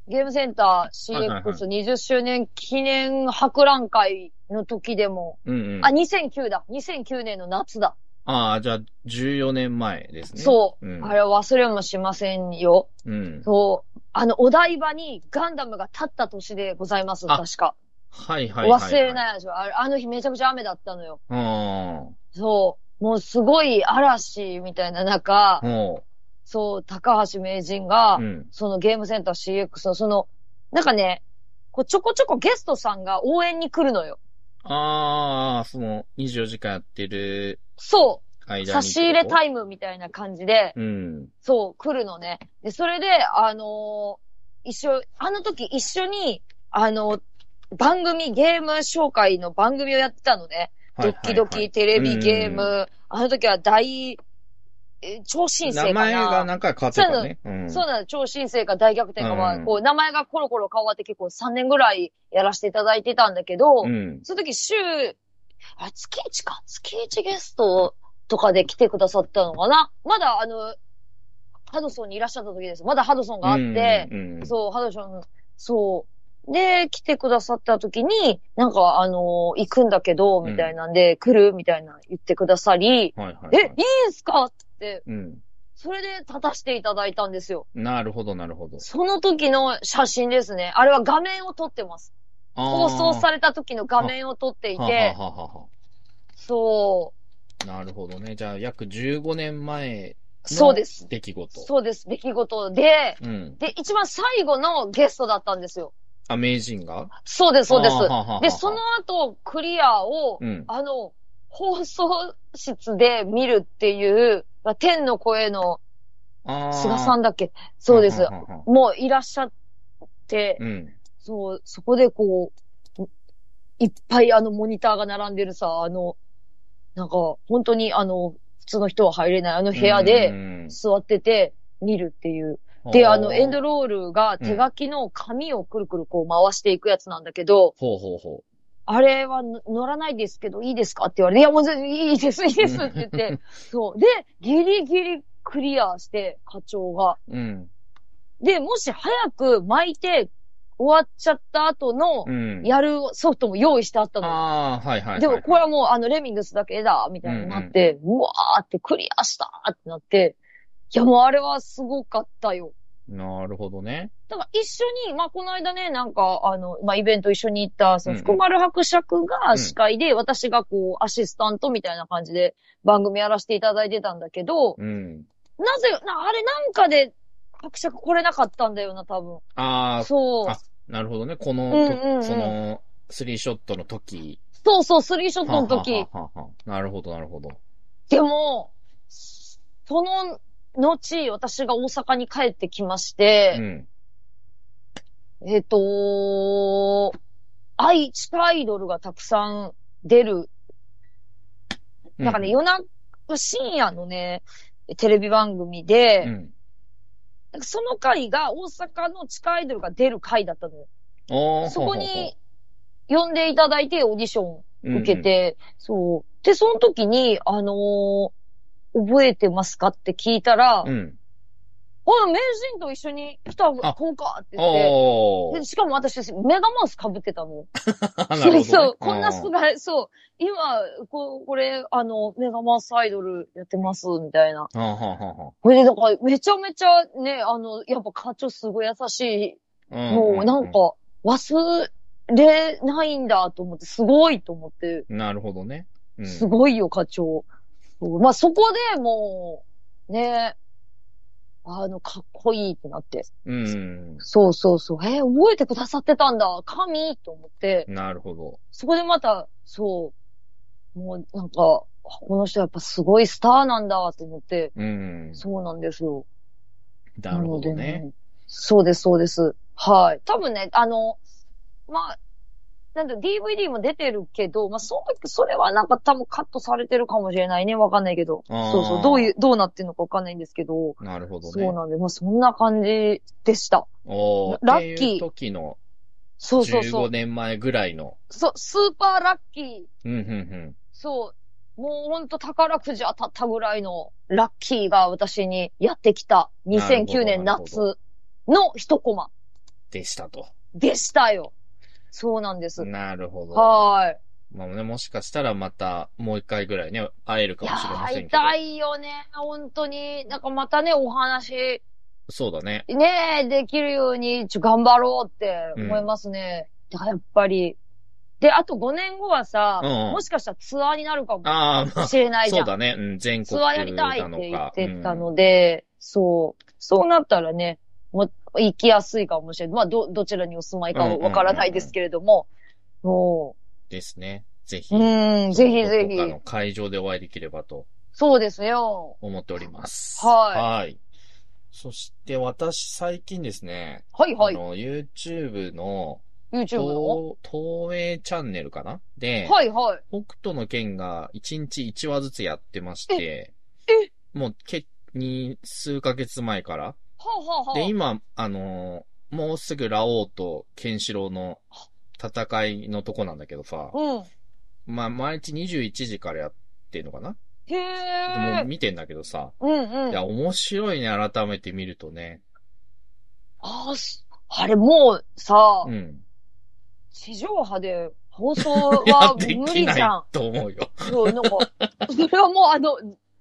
[SPEAKER 1] ゲームセンタ
[SPEAKER 2] はいは
[SPEAKER 1] ー
[SPEAKER 2] い
[SPEAKER 1] CX20 周年記念博覧会の時でも、
[SPEAKER 2] うんうん。
[SPEAKER 1] あ、2009だ。2009年の夏だ。
[SPEAKER 2] ああ、じゃあ14年前ですね。
[SPEAKER 1] そうう。
[SPEAKER 2] ん
[SPEAKER 1] あれは忘れもしませんよ。
[SPEAKER 2] う。うん。
[SPEAKER 1] そう。あの、お台場にガンダムが立った年でございます。
[SPEAKER 2] あ
[SPEAKER 1] 確か。
[SPEAKER 2] はいはいはい、はい。
[SPEAKER 1] 忘れないでしょ。あれあの日めちゃくちゃ雨だったのよ。
[SPEAKER 2] あ
[SPEAKER 1] そう。もうすごい嵐みたいな中
[SPEAKER 2] あ。、も
[SPEAKER 1] そう、高橋名人が
[SPEAKER 2] う。う、ん。
[SPEAKER 1] そのゲームセンター CX の、その、なんかね、こうちょこちょこゲストさんが応援に来るのよ。
[SPEAKER 2] ああ、その、24時間やってる
[SPEAKER 1] そ
[SPEAKER 2] 間に
[SPEAKER 1] う。
[SPEAKER 2] ってこと。
[SPEAKER 1] 差し入れタイムみたいな感じで、
[SPEAKER 2] うん。
[SPEAKER 1] そう、来るのね。で、それで、あのー一緒、あの時一緒に、あの番組、ゲーム紹介の番組をやってたのね。
[SPEAKER 2] はいはい
[SPEAKER 1] ド
[SPEAKER 2] はい
[SPEAKER 1] ッキドキ、テレビ、ゲー
[SPEAKER 2] うん
[SPEAKER 1] ム、あの時は大、えー超新星か
[SPEAKER 2] 名
[SPEAKER 1] な。
[SPEAKER 2] 前がなんか変わってたね。うん。
[SPEAKER 1] そうなの、超新星か大逆転かは、
[SPEAKER 2] うん
[SPEAKER 1] こう、名前がコロコロ変わって結構3年ぐらいやらせていただいてたんだけど、
[SPEAKER 2] うん。
[SPEAKER 1] その時週、あ、月1か、月1ゲストとかで来てくださったのかなまだあの、ハドソンにいらっしゃった時です。まだハドソンがあって、
[SPEAKER 2] うん、うん
[SPEAKER 1] そう、ハドソン、そう。で、来てくださった時に、なんか、あの行くんだけど、みたいなんで、来るみたいな言ってくださり、
[SPEAKER 2] はいはい、はい。
[SPEAKER 1] え、いいんすかって、
[SPEAKER 2] うん。
[SPEAKER 1] それで立たせていただいたんですよ。
[SPEAKER 2] なるほど、なるほど。
[SPEAKER 1] その時の写真ですね。あれは画面を撮ってます。放送さ
[SPEAKER 2] れ
[SPEAKER 1] れた時の画面を撮っていて、
[SPEAKER 2] ははははは
[SPEAKER 1] そ
[SPEAKER 2] なるほどね。じゃあ、約15年前
[SPEAKER 1] う、
[SPEAKER 2] の
[SPEAKER 1] そうです。
[SPEAKER 2] 出来事。
[SPEAKER 1] そうです、出来事で、
[SPEAKER 2] うん。
[SPEAKER 1] で、一番最後のゲストだったんですよ。
[SPEAKER 2] あ、名人が
[SPEAKER 1] そうです、そうです。
[SPEAKER 2] あーはははは
[SPEAKER 1] で、その後、クリアを、
[SPEAKER 2] うん。
[SPEAKER 1] あの、放送室で見るっていう、天の声の
[SPEAKER 2] ああ。
[SPEAKER 1] 菅さんだっけそうです
[SPEAKER 2] は。ははは
[SPEAKER 1] もういらっしゃって、
[SPEAKER 2] うん。
[SPEAKER 1] そう、そこでこう、いっぱいあのモニターが並んでるさ、あの、なんか、本当にあの、普通の人は入れないあの部屋
[SPEAKER 2] う
[SPEAKER 1] で
[SPEAKER 2] ん、
[SPEAKER 1] 座ってて見るっていう。で、あの、エンド
[SPEAKER 2] ル。
[SPEAKER 1] ロールが手書きの紙をくるくるこう回していくやつなんだけど、
[SPEAKER 2] ほうほうほ
[SPEAKER 1] あれはの乗らないですけどいいですかって言われて、いやもう全然いいです、いいですって言って、 そう。で、ギリギリクリアして、課長が。
[SPEAKER 2] う。うん。
[SPEAKER 1] で、もし早く巻いて終わっちゃった後の、
[SPEAKER 2] うん。
[SPEAKER 1] やるソフトも用意してあったの。
[SPEAKER 2] ああ、はいはいはい。
[SPEAKER 1] でも、これはもう、あの、レミングスだけだ、みたいになって、うわーってクリアしたーってなって、いや、もうあれはすごかったよ。
[SPEAKER 2] なるほどね。
[SPEAKER 1] だから一緒に、まあ、この間ね、なんか、あの、まあ、イベント一緒に行った、その、
[SPEAKER 2] うんうん
[SPEAKER 1] 福丸伯爵が司会で、私がこう、アシスタントみたいな感じで番組やらせていただいてたんだけど、
[SPEAKER 2] うん。
[SPEAKER 1] なぜ、なあれなんかで、伯爵来れなかったんだよな、多分。
[SPEAKER 2] ああ、
[SPEAKER 1] そう。
[SPEAKER 2] あなるほどね。この、
[SPEAKER 1] うんうんうん
[SPEAKER 2] その、スリーショットの時。
[SPEAKER 1] そうそう、スリーショットの時。
[SPEAKER 2] はははははなるほど、なるほど。
[SPEAKER 1] でも、その後、私が大阪に帰ってきまし
[SPEAKER 2] う
[SPEAKER 1] て、
[SPEAKER 2] ん。
[SPEAKER 1] えっ、と、愛、地下アイドルがたくさん出る。なんかね、夜中、深夜のね、テレビ番組で、
[SPEAKER 2] うん、うん。
[SPEAKER 1] なんかその回が大阪の地下アイドルが出る回だったのよ。
[SPEAKER 2] おー
[SPEAKER 1] そこに呼んでいただいてオーディション
[SPEAKER 2] ほうほうほう
[SPEAKER 1] 受けて、そう。で、その時に、あのー覚えてますかって聞いたら、
[SPEAKER 2] うん。
[SPEAKER 1] あ、名人と一緒に来た
[SPEAKER 2] あ
[SPEAKER 1] 子かって言って、
[SPEAKER 2] お
[SPEAKER 1] で
[SPEAKER 2] ー。
[SPEAKER 1] しかも私、メガマウス被ってたの。
[SPEAKER 2] なるほどね
[SPEAKER 1] そう、こんな
[SPEAKER 2] う
[SPEAKER 1] すがい、そう、今、ここれ、あの、メガマウスアイドルやってます、みたいな。
[SPEAKER 2] はあはあは
[SPEAKER 1] これで、だから、めちゃめちゃね、あの、やっぱ課長すごい優し、
[SPEAKER 2] あはいあ
[SPEAKER 1] もうなん。か、忘れないんだと思って、すごいと思って、
[SPEAKER 2] うんなるほどね。うん
[SPEAKER 1] すごいよ、課長。まあ、そこでもう、ね、あの、かっこいいってなって。
[SPEAKER 2] うん。
[SPEAKER 1] そうそうそう。えー覚えてくださってたんだ。神と思って、
[SPEAKER 2] なるほど。
[SPEAKER 1] そこでまた、そう、もうなんか、あこの人やっぱすごいスターなんだと思って、
[SPEAKER 2] うん。
[SPEAKER 1] そうなんですよ。
[SPEAKER 2] なるほど
[SPEAKER 1] なので
[SPEAKER 2] ね。。
[SPEAKER 1] そうです、そうです。はい。多分ね、あの、まあ、なんだ、DVD も出てるけど、まあ、その時、それはなんか多分カットされてるかもしれないね。わかんないけど。
[SPEAKER 2] あー
[SPEAKER 1] そうそう。どういう、どうなってるのかわかんないんですけど。
[SPEAKER 2] なるほど
[SPEAKER 1] そう
[SPEAKER 2] ね。
[SPEAKER 1] なんで、まあ、そんな感じでした。
[SPEAKER 2] おー
[SPEAKER 1] ラッキー
[SPEAKER 2] っていう時の
[SPEAKER 1] そうそうそう
[SPEAKER 2] 15。年前ぐらいの。
[SPEAKER 1] そう、スーパーラッキー。
[SPEAKER 2] うん、うん、
[SPEAKER 1] そう。もうほんと宝くじ当たったぐらいのラッキーが私にやってきた2009年
[SPEAKER 2] なるほ
[SPEAKER 1] 夏の一コマ
[SPEAKER 2] うん。でしたと。
[SPEAKER 1] でしたよ。そうなんです。
[SPEAKER 2] なるほど。
[SPEAKER 1] はーい。
[SPEAKER 2] まあね、もしかしたらまた、もう一回ぐらいね、会える
[SPEAKER 1] い
[SPEAKER 2] か
[SPEAKER 1] や
[SPEAKER 2] もしれません
[SPEAKER 1] ー、
[SPEAKER 2] けど。
[SPEAKER 1] 痛いよね。本当に。なんかまたね、お話、
[SPEAKER 2] そうだね。
[SPEAKER 1] ねえ、できるように、ちょ、頑張ろうって思いますね。だからやっぱり。で、あと5年後はさ、
[SPEAKER 2] うんうん
[SPEAKER 1] もしかしたらツアーになるかも
[SPEAKER 2] ああ、まあ
[SPEAKER 1] しれないじ
[SPEAKER 2] そ
[SPEAKER 1] ゃ。
[SPEAKER 2] うんだね。うん、全国
[SPEAKER 1] ツアーやりたいって言
[SPEAKER 2] な
[SPEAKER 1] ってた
[SPEAKER 2] か
[SPEAKER 1] ので、そう。そうなったらね、もう行きやすいかもしれない。まあ、ど、どちらにお住まいかはわからないですけれども、も
[SPEAKER 2] うんですね。ぜひ。
[SPEAKER 1] う、うん、ぜひぜ
[SPEAKER 2] どこか
[SPEAKER 1] ひ。
[SPEAKER 2] の会場でお会いできればと
[SPEAKER 1] そうですよ。
[SPEAKER 2] 思っております。
[SPEAKER 1] はい
[SPEAKER 2] はい。そして私最近ですね、
[SPEAKER 1] はいは
[SPEAKER 2] あ
[SPEAKER 1] い。
[SPEAKER 2] の、YouTube の、
[SPEAKER 1] YouTube の。
[SPEAKER 2] 東東映チャンネルかなで、
[SPEAKER 1] はいはい。
[SPEAKER 2] 北斗の剣が1日1話ずつやってまして、もうけ、に、数ヶ月前から。
[SPEAKER 1] はあ、はあはあ、
[SPEAKER 2] で、今、あのーもうすぐラオウとケンシロウの戦いのとこなんだけどさ、
[SPEAKER 1] うん。
[SPEAKER 2] まあ、毎日21時からやってんのかな
[SPEAKER 1] へ
[SPEAKER 2] もう
[SPEAKER 1] え。
[SPEAKER 2] 見てんだけどさ、
[SPEAKER 1] うんうん。
[SPEAKER 2] いや、
[SPEAKER 1] あ
[SPEAKER 2] 面白いね、改めて見るとね。
[SPEAKER 1] あ、しあれもうさ、
[SPEAKER 2] うん。
[SPEAKER 1] 地上波で放送
[SPEAKER 2] いや
[SPEAKER 1] は、
[SPEAKER 2] で
[SPEAKER 1] 無
[SPEAKER 2] き
[SPEAKER 1] 理
[SPEAKER 2] な
[SPEAKER 1] じ
[SPEAKER 2] い
[SPEAKER 1] ゃん。
[SPEAKER 2] と思うよ。
[SPEAKER 1] そう、なんか、それはもうあの、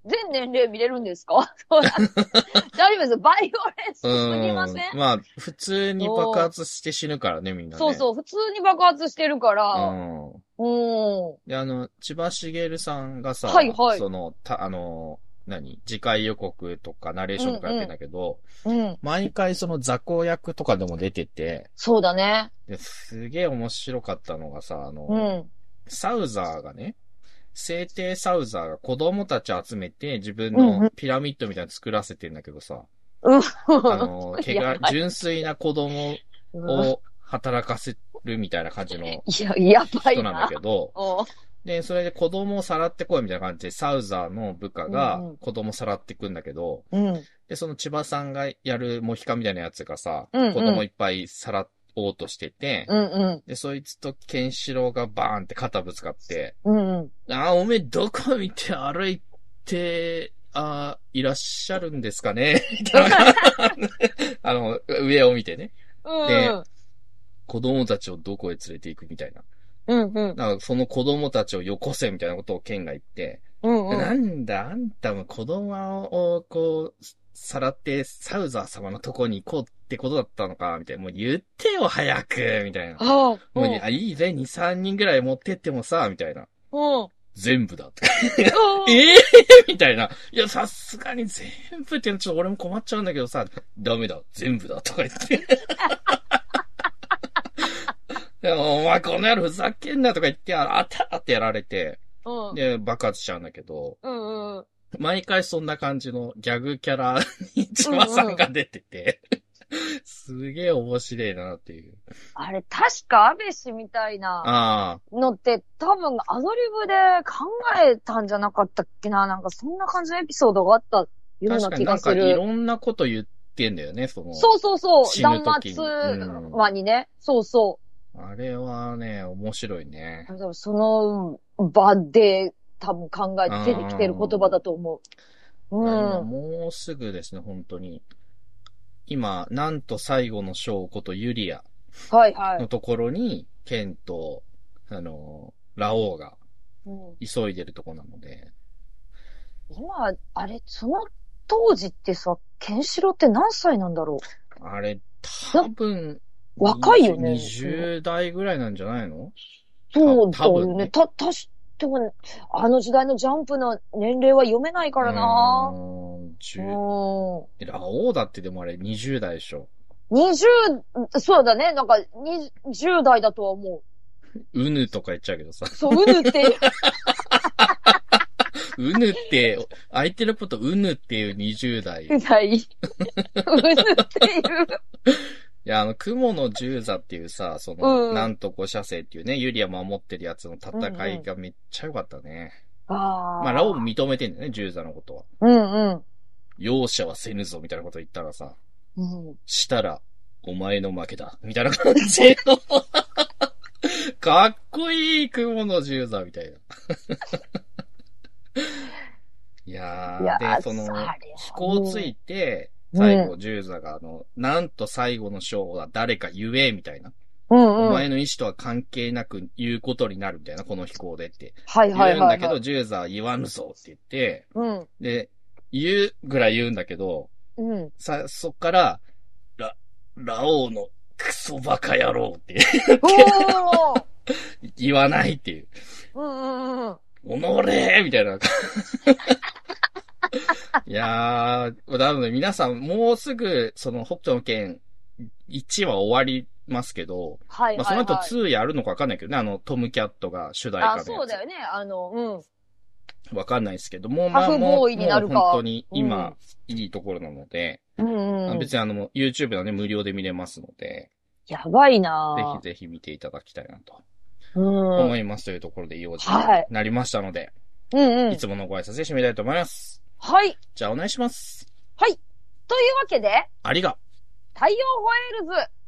[SPEAKER 1] 全年齢見れるんですか そうなんです大丈夫です。バイオレン スすぎません、
[SPEAKER 2] まあ、普通に爆発して死ぬからね、みんなね。
[SPEAKER 1] そう
[SPEAKER 2] う。
[SPEAKER 1] そう、普通に爆発してるから。
[SPEAKER 2] うん。
[SPEAKER 1] うん。
[SPEAKER 2] で、あの、千葉茂さんがさ、
[SPEAKER 1] はいはい
[SPEAKER 2] その、た、あの、何次回予告とかナレーションとかやってんだけど、
[SPEAKER 1] うん。
[SPEAKER 2] 毎回その雑魚役とかでも出てて、
[SPEAKER 1] そうだね。
[SPEAKER 2] ですげえ面白かったのがさ、あの、
[SPEAKER 1] うん。
[SPEAKER 2] サウザーがね、聖帝サウザーが子供たち集めて自分
[SPEAKER 1] うんう
[SPEAKER 2] の
[SPEAKER 1] ん
[SPEAKER 2] ピラミッドみたいなの作らせてんだけどさ、あの、毛
[SPEAKER 1] や
[SPEAKER 2] が
[SPEAKER 1] ばい
[SPEAKER 2] 純粋な子供を働かせるみたいな感じ の
[SPEAKER 1] いや、やばい
[SPEAKER 2] 人なんだ
[SPEAKER 1] な。
[SPEAKER 2] けど、
[SPEAKER 1] お
[SPEAKER 2] で、それで子供をさらってこいみたいな感じで、サウザーの部下が
[SPEAKER 1] うんうん
[SPEAKER 2] 子供さらってくんだけど、
[SPEAKER 1] うん。
[SPEAKER 2] で、その千葉さんがやるモヒカンみたいなやつがさ、
[SPEAKER 1] うんうん
[SPEAKER 2] 子供いっぱいさらおうとしてて、
[SPEAKER 1] うんうん。
[SPEAKER 2] で、そいつとケンシロウがバーンって肩ぶつかって、
[SPEAKER 1] うんうん。
[SPEAKER 2] あー、おめえどこ見て歩いて、あーいらっしゃるんですかね みたいなあの、上を見てね。
[SPEAKER 1] うん。
[SPEAKER 2] 子供たちをどこへ連れて行くみたいな。
[SPEAKER 1] うんうん。
[SPEAKER 2] なんかその子供たちをよこせみたいなことをケンが言って、
[SPEAKER 1] うんうん。
[SPEAKER 2] なんだ、あんたも子供をこう、さらってサウザー様のとこに行こうってことだったのか、みたいな。もう言ってよ、早くみたいな。
[SPEAKER 1] ああ。
[SPEAKER 2] もういあいいぜ、2、3人ぐらい持ってってもさ、みたいな。
[SPEAKER 1] うん。
[SPEAKER 2] 全部だ。
[SPEAKER 1] うん。
[SPEAKER 2] ええみたいな。いや、さすがに全部ってのはちょっと俺も困っちゃうんだけどさ、ダメだ、全部だ、とか言って。 でも、お前この野郎ふざけんなとか言って、ああたってやられて、
[SPEAKER 1] うん。
[SPEAKER 2] で、爆発しちゃうんだけど、
[SPEAKER 1] うんうん。
[SPEAKER 2] 毎回そんな感じのギャグキャラに千葉さんが出てて、すげえ面白いなっていう。
[SPEAKER 1] あれ、確か安倍氏みたいな。
[SPEAKER 2] あ
[SPEAKER 1] のって多分アドリブで考えたんじゃなかったっけななんかそんな感じのエピソードがあったよう
[SPEAKER 2] あ、確
[SPEAKER 1] な
[SPEAKER 2] か
[SPEAKER 1] 気
[SPEAKER 2] にな
[SPEAKER 1] が
[SPEAKER 2] ん
[SPEAKER 1] す
[SPEAKER 2] かい
[SPEAKER 1] る。
[SPEAKER 2] ろんなこと言ってんだよね、その。
[SPEAKER 1] そうそうそう。
[SPEAKER 2] 死ぬ
[SPEAKER 1] 断
[SPEAKER 2] 時に
[SPEAKER 1] 末魔にね。そうそ
[SPEAKER 2] あれはね、面白いね。
[SPEAKER 1] う。その場で多分考えて出てきてる言葉だと思う。う
[SPEAKER 2] 今
[SPEAKER 1] ん。
[SPEAKER 2] もうすぐですね、本当に。今、なんと最後の翔子とユリア
[SPEAKER 1] はいはい
[SPEAKER 2] の。ところに、ケンと、あの、ラオウが
[SPEAKER 1] うん
[SPEAKER 2] 急いでるとこなので、
[SPEAKER 1] 今、あれ、その当時ってさ、ケンシロウって何歳なんだろ
[SPEAKER 2] あれ、多分、
[SPEAKER 1] 若いよね
[SPEAKER 2] 20代ぐらいなんじゃないの
[SPEAKER 1] うそうだ
[SPEAKER 2] 多
[SPEAKER 1] よ
[SPEAKER 2] 分ね
[SPEAKER 1] ね。た、たし、でもね、あの時代のジャンプの年齢は読めないからな
[SPEAKER 2] うーん
[SPEAKER 1] う
[SPEAKER 2] 10
[SPEAKER 1] ん。
[SPEAKER 2] ラオウだってでもあれ20代でしょ。
[SPEAKER 1] 20、そうだね。なんか、20代だとは思
[SPEAKER 2] うぬとか言っちゃうけどさ。
[SPEAKER 1] う。そう、うぬって、
[SPEAKER 2] うぬって、相手のことうぬっていう20代。
[SPEAKER 1] う ざい。うぬっていう。
[SPEAKER 2] いや、あの、雲の十座っていうさ、そ
[SPEAKER 1] うん
[SPEAKER 2] の、
[SPEAKER 1] うん
[SPEAKER 2] なんと五射星っていうね、ユリア守ってるやつの戦いがめっちゃ良かったね。
[SPEAKER 1] ああ。
[SPEAKER 2] まあ、ラオウも認めてんだよね、十座のことは。
[SPEAKER 1] うんうん。
[SPEAKER 2] 容赦はせぬぞ、みたいなこと言ったらさ、
[SPEAKER 1] うん、
[SPEAKER 2] したら、お前の負けだ、みたいな感じの。 かっこいい、雲の十座みたいな。 いやー、
[SPEAKER 1] いやー
[SPEAKER 2] で、その
[SPEAKER 1] それは、
[SPEAKER 2] 飛行ついて、
[SPEAKER 1] うん
[SPEAKER 2] 最後、十座が、あの、なんと最後の章は誰かゆえ、みたいな。
[SPEAKER 1] うん
[SPEAKER 2] お
[SPEAKER 1] うん。
[SPEAKER 2] 前の意思とは関係なく言うことになるみたいな、この飛行でって。
[SPEAKER 1] はい
[SPEAKER 2] 言
[SPEAKER 1] は
[SPEAKER 2] うん
[SPEAKER 1] いは
[SPEAKER 2] だ
[SPEAKER 1] い、
[SPEAKER 2] け
[SPEAKER 1] は
[SPEAKER 2] ど、
[SPEAKER 1] い。
[SPEAKER 2] ジューザー言わぬぞって言って、
[SPEAKER 1] うん。
[SPEAKER 2] で、言うぐらい言うんだけど、
[SPEAKER 1] うん。
[SPEAKER 2] さ、そっから、ラ、ラオウのクソバカ野郎って
[SPEAKER 1] おー
[SPEAKER 2] 言わないっていう。
[SPEAKER 1] うんうんうん。
[SPEAKER 2] おのれみたいな。 いやー、なので皆さん、もうすぐ、その、北斗の剣1は終わりますけど、
[SPEAKER 1] はいはい、はい。
[SPEAKER 2] まあ、その後2やるのかわかんないけどね、あの、トムキャットが主題歌の
[SPEAKER 1] あ、
[SPEAKER 2] やつ。
[SPEAKER 1] そうだよね。あの、うん。
[SPEAKER 2] わかんないですけども、
[SPEAKER 1] ハフボーイになるか
[SPEAKER 2] もうもう本当に今、いいところなので、
[SPEAKER 1] うんうん。
[SPEAKER 2] 別にあの、YouTube のね、無料で見れますので、
[SPEAKER 1] やばい
[SPEAKER 2] ぜ
[SPEAKER 1] な
[SPEAKER 2] ひぜひ見ていただきたいなと
[SPEAKER 1] ぁ。うん。う
[SPEAKER 2] 思
[SPEAKER 1] ん
[SPEAKER 2] いますというところで、いいお時
[SPEAKER 1] は
[SPEAKER 2] 間
[SPEAKER 1] い
[SPEAKER 2] になりましたので、
[SPEAKER 1] う
[SPEAKER 2] い、
[SPEAKER 1] ん。
[SPEAKER 2] つものご挨拶で締めたいと思います。
[SPEAKER 1] はい。
[SPEAKER 2] じゃあお願いします。
[SPEAKER 1] というわけで、
[SPEAKER 2] ありが。
[SPEAKER 1] 太陽ホエールズ